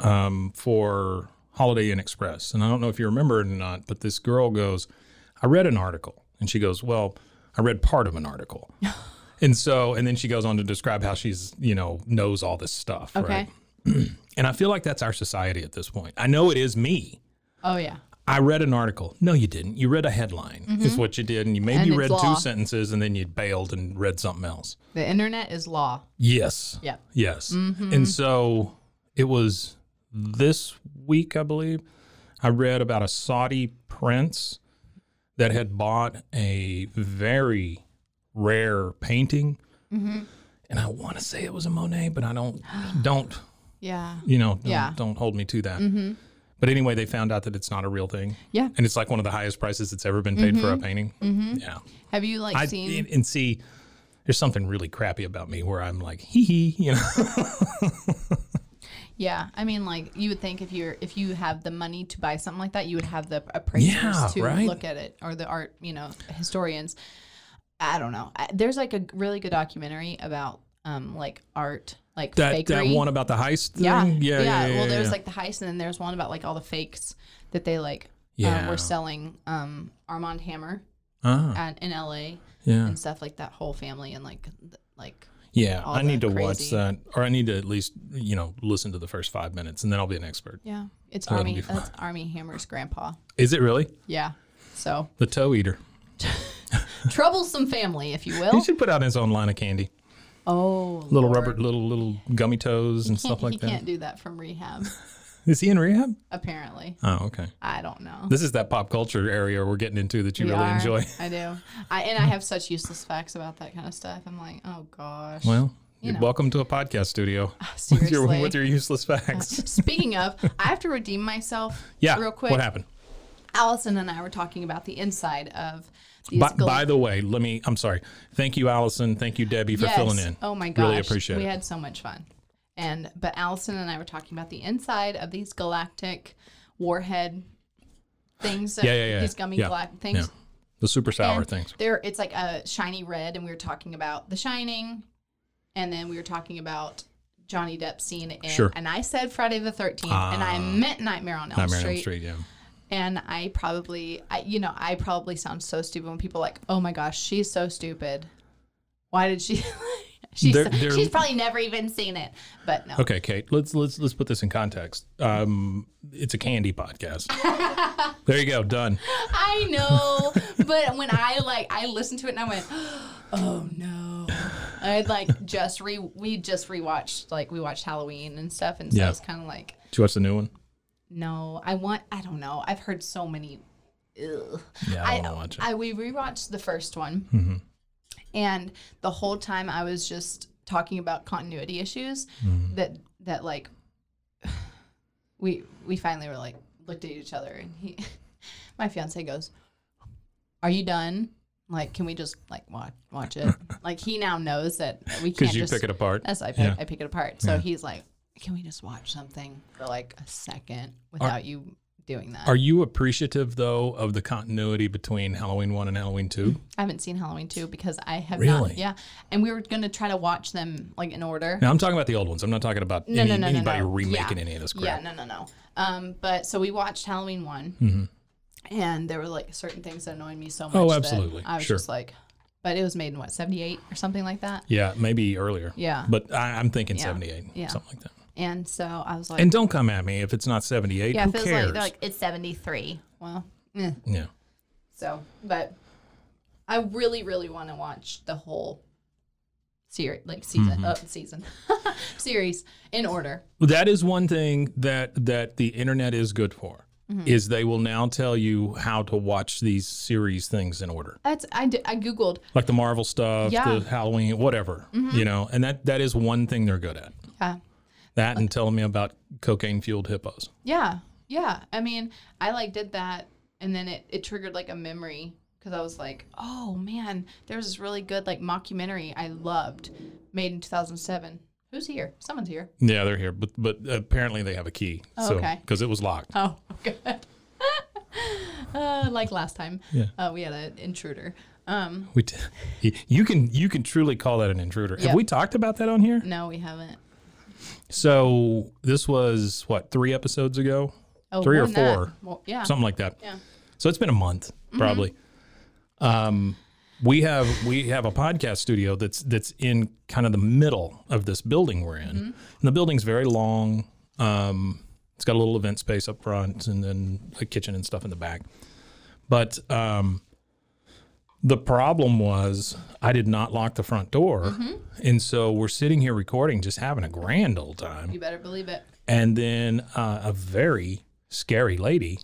um, for Holiday Inn Express, and I don't know if you remember it or not, but this girl goes, "I read an article," and she goes, "Well, I read part of an article." And so, and then she goes on to describe how she's, you know, knows all this stuff. Okay. Right? And I feel like that's our society at this point. I know it is me. Oh, yeah. I read an article. No, you didn't. You read a headline, is what you did. And you maybe Mm-hmm. And it's read law. two sentences and then you bailed and read something else. The internet is law. Yes. Yeah. Mm-hmm. Yes. And so it was this week, I believe, I read about a Saudi prince that had bought a very rare painting. Mm-hmm. And I want to say it was a Monet, but I don't, don't, Yeah. you know, don't, Yeah. Mm-hmm. don't hold me to that. But anyway, they found out that it's not a real thing. Yeah. Mm-hmm. And it's like one of the highest prices that's ever been paid for a painting. Yeah. Have you like I, seen? and, and see, there's something really crappy about me where I'm like, hee hee, you know. <laughs> yeah. I mean, like, you would think if you're, if you have the money to buy something like that, you would have the appraisers Yeah, to right? look at it or the art, you know, historians. I don't know. I, there's like a really good documentary about um like art, like that fakery. that one about the heist thing. Yeah. yeah, yeah. well, yeah, there's yeah. like the heist, and then there's one about like all the fakes that they like uh, Yeah. were selling. Um, Armand Hammer Ah, at, in L.A. yeah, and stuff like that. Whole family and like th- like yeah. all I need to that watch crazy- that, or I need to at least you know listen to the first five minutes, and then I'll be an expert. yeah, it's That'll be Army. fun. That's Army Hammer's grandpa. Is it really Yeah, so the toe eater? troublesome family, if you He will. should put out his own line of candy, Oh, little Lord. rubber, little little gummy toes and stuff like he that. can't do that from rehab. Is he in rehab? apparently, Oh, okay. I don't know. This is that pop culture area we're getting into that you We really are. <laughs> enjoy. I do. I and I have such useless facts about that kind of stuff. I'm like, oh gosh. Well, You you are know. Oh, welcome to a <laughs> podcast studio <laughs> with your seriously. Uh, with your useless facts. Speaking of, I have to redeem myself. <laughs> yeah. real quick. What happened? Allison and I were talking about the inside of these. By, gal- by the way, let me. I'm sorry. Thank you, Allison. Thank you, Debbie, for Yes. filling in. Oh my gosh, really appreciate we it. had so much fun. And but Allison and I were talking about the inside of these galactic warhead things. that- yeah, yeah, yeah. These gummy yeah. galactic things. Yeah. The super sour And things. They're it's like a shiny red, and we were talking about The Shining, and then we were talking about Johnny Depp scene. In, Sure. Ah. And I said Friday the Thirteenth, and I meant Nightmare on Elm, Nightmare on Street, Elm Street. Yeah. And I probably, I, you know, I probably sound so stupid when people are like, oh my gosh, she's so stupid. Why did she? <laughs> she's They're- they're- she's probably never even seen it. But no. Okay, Kate. Let's let's let's put this in context. Um, it's a <laughs> candy podcast. there you go. Done. I know, but when I like, I listened to it and I went, <gasps> "Oh no!" I had <laughs> like just re we just rewatched like we watched Halloween and stuff, and so Yeah. it's kind of like, Did you watch the new one? no, I want I don't know. I've heard so many. Ugh. Yeah, I, want to watch it. Mm-hmm. I we rewatched the first one, and the whole time I was just talking about continuity issues Mm-hmm. that that like <sighs> we we finally were like <laughs> looked at each other and he my fiance goes, "Are you done?" Like, can we just like watch watch <laughs> it? like, he now knows that we can't because you just pick it apart. As I pick, Yeah. I pick it apart. So he's like, "Can we just watch something for like a second without you doing that?" Are you appreciative though of the continuity between Halloween one and Halloween two? I haven't seen Halloween two because I have Really? not. Yeah, and we were gonna try to watch them like in order. Now I'm talking about the old ones. I'm not talking about No, any, no, no, no, anybody no. remaking Yeah. any of this Yeah, crap. no, no, no. Um, but so we watched Halloween one, and there were like certain things that annoyed me so much. Mm-hmm. Oh, that absolutely. I was Sure. just like, but it was made in what seventy eight or something like that. Yeah, maybe earlier. Yeah. but I, I'm thinking Yeah. 78, Yeah. something like that. And so I was like, And don't come at me if it's not 78. yeah, who it feels cares? like they're like it's seventy three. Well, eh. yeah. So, but I really, really want to watch the whole series, like season, Mm-hmm. uh, season <laughs> series in order. Well, that is one thing that that the internet is good for. Mm-hmm. Is they will now tell you how to watch these series things in order, That's I did, I googled. like the Marvel stuff, Yeah. Mm-hmm. the Halloween, whatever, you know. And that that is one thing they're good at. Yeah, That and telling me about cocaine fueled hippos. yeah, yeah. I mean, I like did that, and then it it triggered like a memory because I was like, oh man, there's this really good like mockumentary I loved, made in 2007. Who's here? Someone's <laughs> here. Yeah, they're here, but but apparently they have a key, Oh, okay. because it was locked. Oh, good. <laughs> uh, like last time, Yeah. uh, we had an intruder. Um, We t- <laughs> you can you can truly call that an intruder. Yeah. Have we talked about that on here? no, we haven't. So this was what three episodes ago, Oh, Three more or than that. four. Well, yeah. something like that. Yeah. Mm-hmm. So it's been a month probably. Um, we have we have a podcast studio that's that's in kind of the middle of this building we're Mm-hmm. in, and the building's very long. Um, it's got a little event space up front, and then a kitchen and stuff in the back. But um, the problem was I did not lock the front door, Mm-hmm. and so we're sitting here recording, just having a grand old time You better believe it. and then uh, a very <laughs> scary lady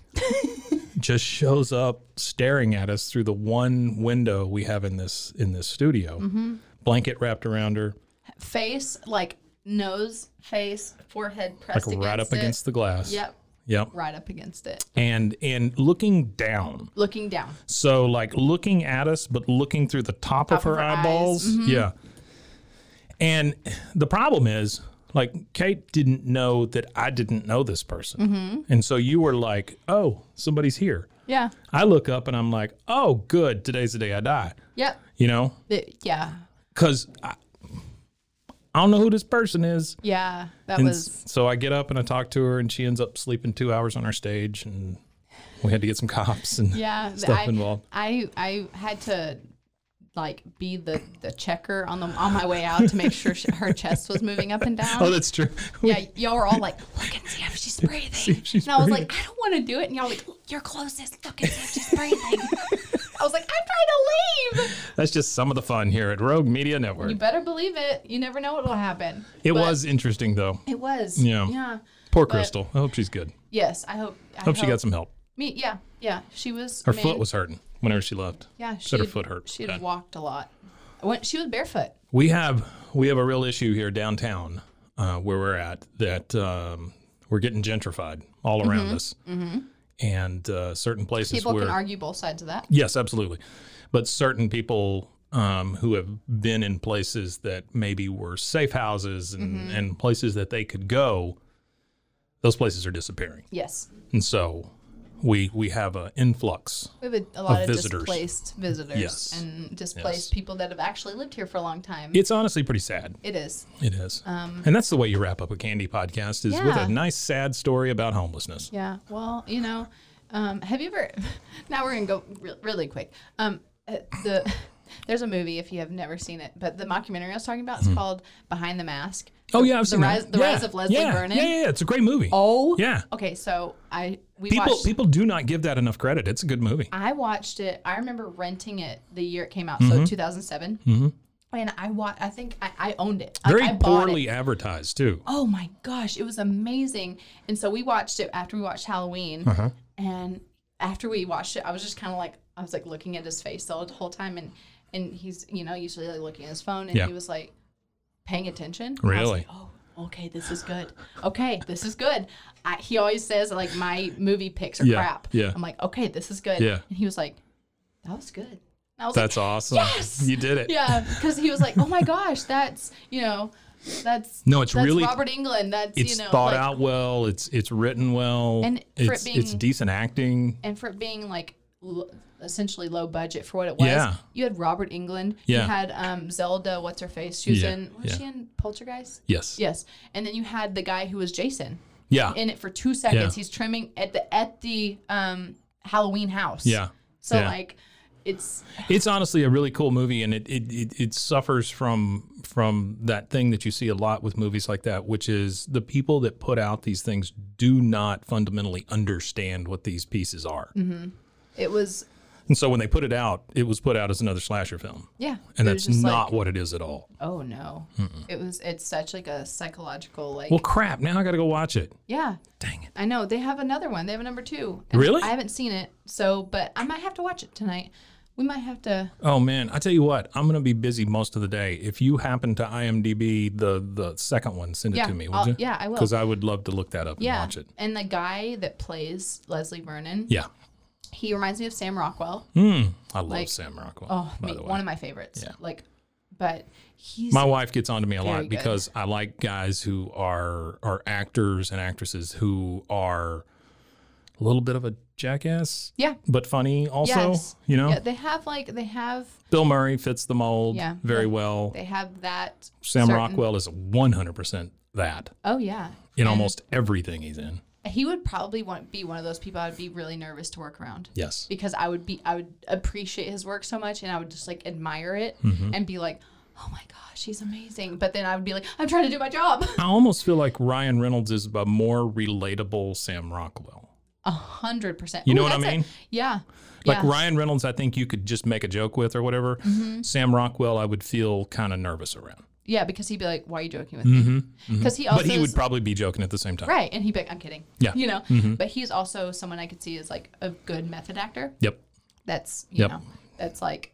just shows up staring at us through the one window we have in this in this studio Mm-hmm. blanket wrapped around her Face, like nose, face, forehead pressed like against right up it. against the glass Yep, yep right up against it. and and looking down Looking down. so like looking at us but looking through the top, Top of of her, her eyes. Mm-hmm. eyeballs yeah and the problem is like kate didn't know that i didn't know this person Mm-hmm. and so you were like oh somebody's here Yeah. I look up and I'm like, oh, good, today's the day I die. Yep. You know, The- yeah. because I, I don't know who this person is. Yeah. That And was s- so I get up and I talk to her, and she ends up sleeping two hours on our stage, and we had to get some cops and <laughs> yeah. th- stuff I, involved. I I had to like be the the checker on the on my way out to make sure she, her chest was moving up and down. Oh, that's true. <laughs> yeah, y'all were all like, look and see if she's breathing. if she's and I was breathing. like, I don't want to do it. And y'all were like, you're closest. Look and see if she's breathing. I was like, I'm trying to leave. That's just some of the fun here at Rogue Media You Network. better believe it. You never know what will happen. It But was interesting though. It was. Yeah. Yeah. Poor Crystal. I hope she's good. Yes. I hope. I Hope, she got some help. Me. Yeah. Yeah. She was. Her made- foot was hurting whenever she left. Yeah. said her she'd- foot hurt. She Yeah. had walked a lot. When, she was barefoot. We have we have a real issue here downtown uh, where we're at that um, we're getting gentrified all around us, and uh, certain places Mm-hmm. People where can argue both sides of that. yes, absolutely, but certain people um, who have been in places that maybe were safe houses and, Mm-hmm. and places that they could go, those places are disappearing, Yes. and so we we have an influx. We have a, a lot of, visitors. displaced visitors Yes. and Yes. displaced people that have actually lived here for a long time. It's honestly pretty sad. it is. It is, and that's the way you wrap up a candy podcast is with Um, Yeah. a nice sad story about homelessness. Yeah. Well, you know, um, have you ever? <laughs> Now we're gonna go re- really quick. Um, uh, the <laughs> there's a movie if you have never seen it, but the mockumentary I was talking about is Hmm. called Behind the Mask. Oh yeah, I've the seen that. rise- the Yeah, rise of Leslie yeah, Vernon. Yeah, yeah, yeah, it's a great movie. Oh. yeah. Okay, so I we People watched. people do not give that enough credit. It's a good movie. I watched it. I remember renting it the year it came out, Mm-hmm. so 2007. And I wa- I think I, I owned it. Like, Very I bought it. poorly advertised too. oh my gosh, it was amazing. And so we watched it after we watched Halloween. Uh-huh. And after we watched it, I was just kind of like, I was like looking at his face the whole time. And, and he's, you know, usually like looking at his phone and Yeah. he was like paying attention. I was Really? like, oh, okay, this is good. Okay, this is good. I, he always says like my movie picks are Yeah, crap. yeah. I'm like, okay, this is good. Yeah. And he was like, that was good. And I was That's awesome. Yes! You did like, it. yeah, because he was like, oh my gosh, that's, you know, that's, No, it's that's really- Robert England. That's, It's you know, thought like- out well. It's it's written well. And for it it's it's being- decent acting. and for it being like l- essentially low budget for what it was. Yeah. You had Robert England. Yeah. You had um, Zelda, what's her face? She was Yeah, in, was yeah. she in Poltergeist? Yes. Yes. And then you had the guy who was Jason Yeah. in it for two seconds. Yeah. He's trimming at the, at the um, Halloween house. Yeah. So Yeah. like, it's It's honestly a really cool movie, and it it, it it suffers from from that thing that you see a lot with movies like that, which is the people that put out these things do not fundamentally understand what these pieces are, Mm-hmm. it was and so when they put it out, it was put out as another slasher film, yeah. and it was that's just not like, what it is at all. oh no. It was it's such like a psychological like Well, crap! Now I got to go watch it. yeah. Dang it! I know they have another one. They have a number two. Really? I haven't seen it, so but I might have to watch it tonight. We might have to. Oh man, I tell you what, I'm gonna be busy most of the day. If you happen to IMDb the the second one, send it Yeah, to me, would I'll- you? yeah, I will. Because I would love to look that up Yeah. and watch it. And the guy that plays Leslie Vernon, Yeah, he reminds me of Sam Rockwell. Hmm, I love Like- Sam Rockwell. Oh, by me- the way. one of my favorites. Yeah. Like, but he's my wife gets onto me a Very lot good. because I like guys who are are actors and actresses who are a little bit of a jackass, yeah. but funny also. Yes. You know, Yeah, they have like they have Bill Murray fits the mold Yeah. very Yeah. well. they have that Sam certain- Rockwell is 100 percent that Oh yeah. in almost everything he's in. He would probably want be one of those people I'd be really nervous to work around. Yes. because I would be I would appreciate his work so much and I would just like admire it Mm-hmm. and be like, "Oh my gosh, he's amazing." But then I would be like, "I'm trying to do my job." <laughs> I almost feel like Ryan Reynolds is a more relatable Sam Rockwell. A hundred percent. You know Ooh, what I that's a- mean? yeah. Like yeah. Mm-hmm. Ryan Reynolds, I think you could just make a joke with or whatever. Sam Rockwell, I would feel kind of nervous around, Yeah, because he'd be like, "Why are you joking with me?" Because he also Mm-hmm. but he would is- probably be joking at the same time. Oh, right, and he'd be like, "I'm kidding." <laughs> Yeah. Mm-hmm. You know, but he's also someone I could see as like a good method actor. Yep. That's you Yep. know, that's like,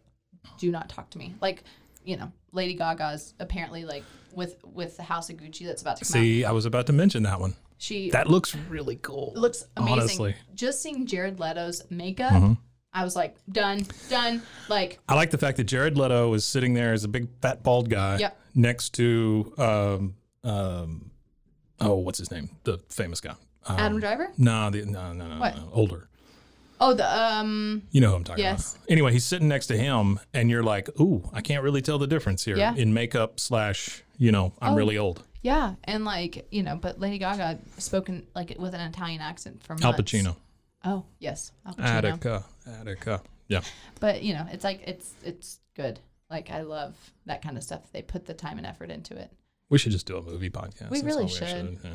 do not talk to me. Like, you know, Lady Gaga's apparently like with with the House of Gucci that's about to come out. See, I was about to mention that one. She That looks really cool. looks amazing. Honestly. Mm-hmm. Just seeing Jared Leto's makeup, I was like, done, done. Like, I like the fact that Jared Leto is sitting there as a big fat bald guy Yep. next to um um oh what's his name the famous guy um, Adam Driver? no the, no no no, What? no older Oh, the um, You know who I'm talking Yes. about. Anyway, he's sitting next to him, and you're like, "Ooh, I can't really tell the difference here Yeah. Oh, in makeup slash, you know, I'm really old." yeah, and like you know, but Lady Gaga spoken like with an Italian accent from Al Pacino, Oh yes, Al Pacino. Attica, Attica. Yeah, But you know, it's like it's it's good. Like I love that kind of stuff. They put the time and effort into it. we should just do a movie podcast. We really all should. yeah.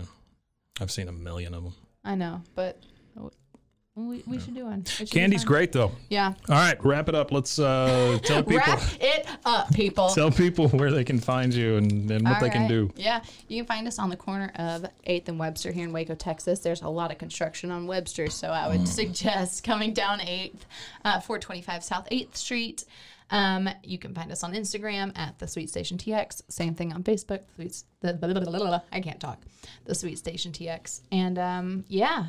I've seen a million of them. I know, but we, we should do one. It should be Candy's fun. great though. Yeah. All right, wrap it up. Let's <laughs> uh, tell people Wrap it up, <laughs> people. tell people where they can find you and, and what All they can right. do. Yeah, you can find us on the corner of 8th and Webster here in Waco, Texas. There's a lot of construction on Webster, so I Mm. would suggest coming down 8th, uh, 425 South 8th Street. Um, you can find us on Instagram at the Sweet Station TX. Same thing on Facebook. The Sweets, the, blah, blah, blah, blah, blah, I can't talk. The Sweet Station TX. And um, yeah,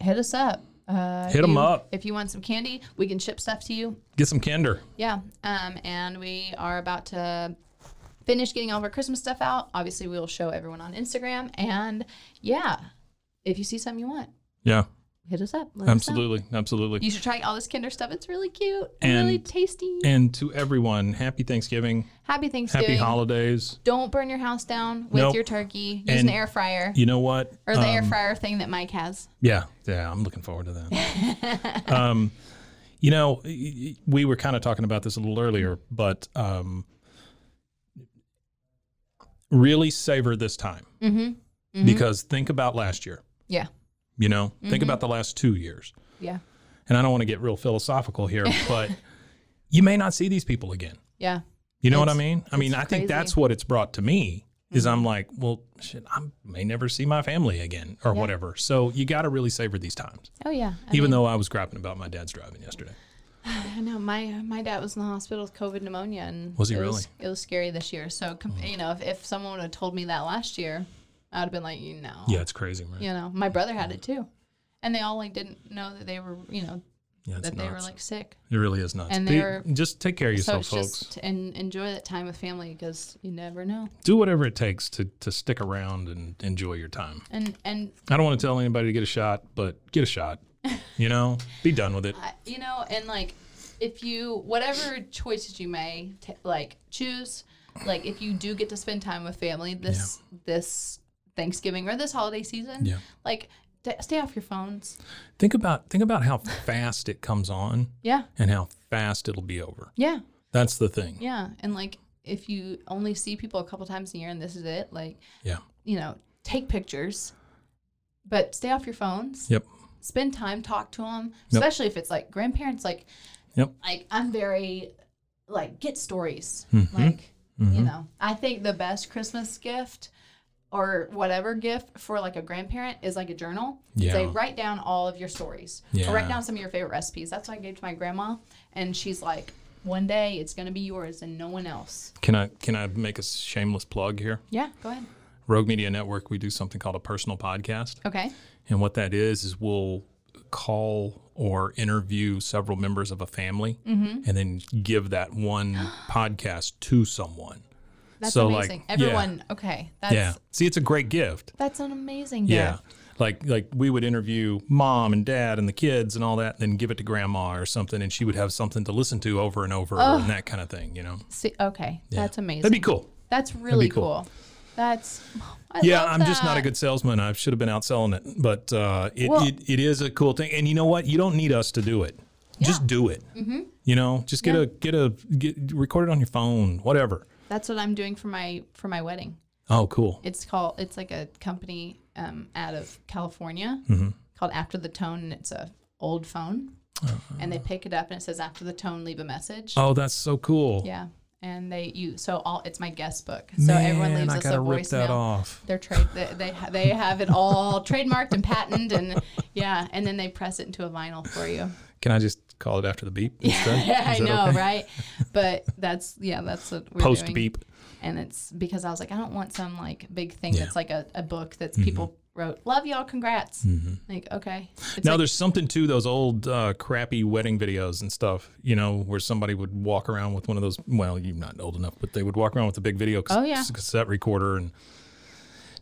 hit us up. Uh, Hit 'em you- up. If you want some candy, we can ship stuff to you. Get some Kinder. Yeah. Um, and we are about to finish getting all of our Christmas stuff out. Obviously, we will show everyone on Instagram. And yeah, if you see something you want, Yeah, hit us up. Let us know. absolutely, absolutely. You should try all this Kinder stuff. It's really cute and, And- really tasty. and to everyone, happy Thanksgiving, Happy happy Thanksgiving. holidays. Don't burn your house down with Nope. your turkey. Use an And- air fryer You know what? or the air Um, fryer thing that Mike has. Yeah, yeah, I'm looking forward to that. <laughs> um, you know, y- y- we were kind of talking about this a little earlier, but um, really savor this time Mm-hmm. Mm-hmm. because think about last year. Yeah. You know, think about the last two years. Yeah. And I don't want to get real <laughs> philosophical here, but you may not see these people again. Yeah. You know what I It's- mean? I mean, it's I think crazy. Mm-hmm. that's what it's brought to me is I'm like, well, shit, I may never see my family again or whatever. So you got to really savor these times. Oh yeah. I Even mean, though I was griping about my dad's driving yesterday. I know my my dad was in the hospital with COVID pneumonia, and Was he it really? Oh. it was scary this year. So com- you know, if, if someone would have told me that last year, I'd have been like, you know, Yeah, it's crazy, man. you know, my brother had it too, and they all like didn't know that they were, you know, Yeah, it's that they were nuts. like sick. It really is nuts. and they Be- were- just take care of So yourself, it's folks. just and enjoy that time with family because you never know. Do whatever it takes to to stick around and enjoy your time. And and I don't want to tell anybody to get a shot, but get <laughs> a shot. You know, be done with it. I- you know, and like if you whatever choices you may t- like choose, like if you do get to spend time with family this this Thanksgiving or this holiday season, Yeah. like d- stay off your phones. Think about think about how fast it comes on Yeah, and how fast it'll be over. yeah, That's the thing. Yeah. yeah. And like if you only see people a couple times a year and this is it, like you know, take pictures, but stay off your phones. Yep. Spend time, talk to them, especially if it's like grandparents. Like Yep. like I'm very like get stories. Mm-hmm. Like you know, I think the best Christmas gift or whatever gift for like a grandparent is like a journal. Yeah. They write down all of your stories. Yeah. Or write down some of your favorite recipes. That's what I gave to my grandma, and she's like, one day it's gonna be yours and no one else. Can I can I make a shameless plug here? Yeah. Go ahead. Rogue Media Network, we do something called a personal podcast. Okay. And what that is is we'll call or interview several members of a family Mm-hmm. and then give <gasps> that one podcast to someone. That's So, like, amazing. yeah. Everyone. Okay. That's yeah. See, it's a great gift. That's an amazing Yeah. gift. Like like we would interview mom and dad and the kids and all that, and then give it to grandma or something, and she would have something to listen to over and over and that kind of thing, you know. See, okay, that's amazing. That'd be cool. That's really cool. cool. That's I yeah, love I'm just not a that. good salesman. I should have been out selling it, but uh, it, Well- it it is a cool thing. And you know what? You don't need us to do it. Just do it. Mm-hmm. You know, just get a get a get record it on your phone, whatever. That's what I'm doing for my for my wedding. Oh, cool. It's called. It's like a company um, out of California Mm-hmm. called After the Tone, and it's a old phone, and they pick it up and it says After the Tone, leave a message. Uh-huh. Oh, that's so cool. Yeah, and they you so all it's my guest book. So everyone Man, leaves I us a gotta voicemail. rip that off. They're trade. They, they ha- they have it all <laughs> trademarked and patented, and yeah, and then they press it into a vinyl for you. Can I just call it after the beep? <laughs> instead? Yeah, I Is that know, okay? right? But that's yeah, that's what we're Post doing. beep. and it's because I was like, I don't want some like big thing Yeah. Mm-hmm. that's like a, a book that people wrote. Love y'all, congrats. Like okay, it's now like, there's something to those old uh, crappy wedding videos and stuff, you know, where somebody would walk around with one of those. Well, you're not old enough, but they would walk around with a big video cas- Oh, yeah. cassette recorder and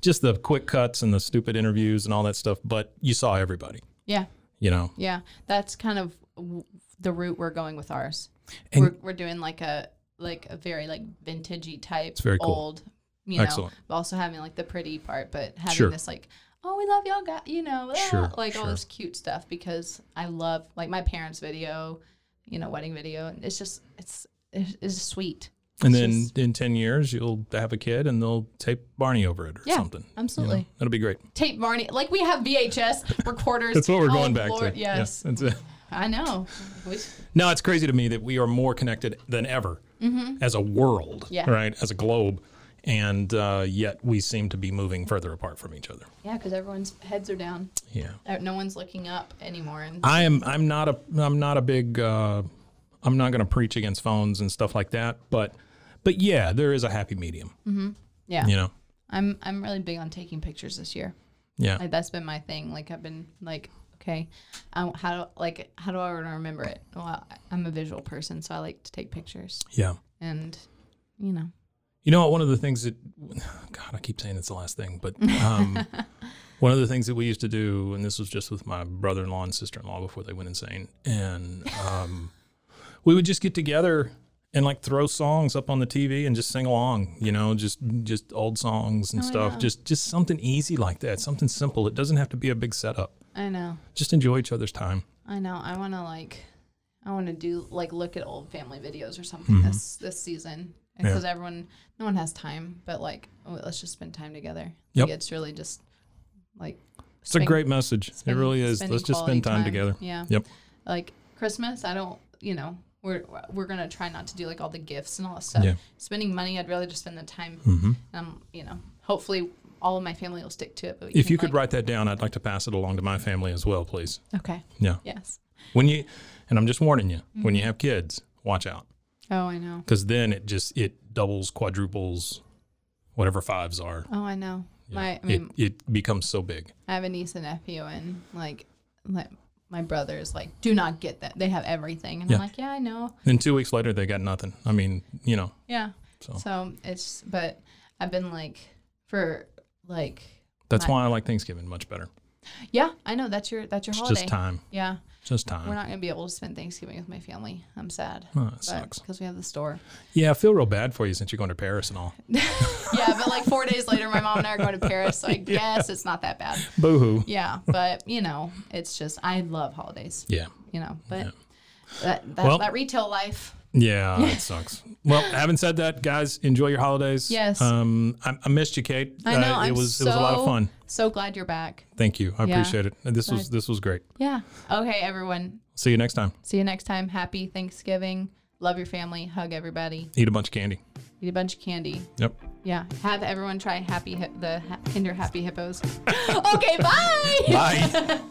just the quick cuts and the stupid interviews and all that stuff. But you saw everybody, yeah, you know. yeah. That's kind of w- the route we're going with ours. And- we're we're doing like a like a very like vintagey type, very cool. old, you know, Excellent. but also having like the pretty part, but having Sure. this like. Oh, we love y'all, got you know, ah, Sure, like all sure. this cute stuff because I love like my parents' video, you know, wedding video, and it's just it's it's, it's sweet. And It's then just- in ten years, you'll have a kid, and they'll tape Barney over it or Yeah, something. you know? absolutely. that'll be great. tape Barney. Like we have VHS recorders. <laughs> That's what we're Oh, going back Lord, to. Yeah, Yes, that's it. I know. We- No, it's crazy to me that we are more connected than ever as a world, Mm-hmm. Yeah. right? As a globe. And uh, yet we seem to be moving further apart from each other. yeah, because everyone's heads are down. Yeah. Uh, No one's looking up anymore. And I am I'm not a I'm not a big uh, I'm not going to preach against phones and stuff like that, but but yeah, there is a happy medium, yeah, you know. I'm I'm really big on taking pictures this year. Yeah. Like that's been my thing. Like I've been like, okay, I, how do like how do I remember it? Well, I- I'm a visual person, so I like to take pictures. yeah. And you know, You know, one of the things that, God, I keep saying it's the last thing, but um, <laughs> one of the things that we used to do, and this was just with my brother in law and sister in law before they went insane, and um, <laughs> we would just get together and like throw songs up on the TV and just sing along, you know, just just old songs Oh, and stuff, just just something easy like that, something simple. It doesn't have to be a big setup. I know, Just enjoy each other's time. I know. I want to like, I want to do like look at old family videos or something this this season Mm-hmm. Yeah. because everyone no one has time, but like oh, let's just spend time together. Yep. Like, it's really just like It's a great message. it really is. Let's just spend time, together. Yeah. Yep. Like Christmas, I don't. You know, we're we're gonna try not to do like all the gifts and all that stuff. Yeah. Mm-hmm. Spending money, I'd rather just spend the time. Um, you know, hopefully all of my family will stick to it. But we If can, you could like- write that down, I'd like to pass it along to my family as well, please. okay, Yeah. yes. when you and i'm just warning you when Mm-hmm. you have kids watch out Oh, I know. because then it just it doubles quadruples whatever fives are Oh, I know. My, I mean, it, it becomes so big I have a niece and nephew, and like, like my brother is like, do not get that. They have everything. And Yeah. I'm like, yeah, I know. And two weeks later, they got nothing. I mean, you know, Yeah. So. So, it's, but I've been like, for like, that's Right. why I like Thanksgiving much better. yeah, I know that's your, that's your It's holiday. just time. Yeah. Just time. We're not going to be able to spend Thanksgiving with my family. I'm sad. Oh, that sucks. Because we have the store. yeah, I feel real bad for you since you're going to Paris and all. Yeah, but like four days later, my mom and I are going to Paris. <laughs> So I guess it's not that bad. <laughs> Boo hoo. Yeah, but you know, it's just I love holidays. Yeah. You know, but that that, Well- that retail life. Yeah, it sucks. Well, having said that, guys, enjoy your holidays. Yes. Um, I, I missed you, Kate. I know. uh, it I'm was so, it was a lot of fun. So glad you're back. Thank you. I Yeah. appreciate it. This was this was great. Yeah. Okay, everyone. See you next time. See you next time. Happy Thanksgiving. Love your family. Hug everybody. Eat a bunch of candy. Eat a bunch of candy. Yep. Yeah. Have everyone try happy Hi- the ha- Kinder Happy Hippos. <gasps> okay. Bye. Bye. <laughs>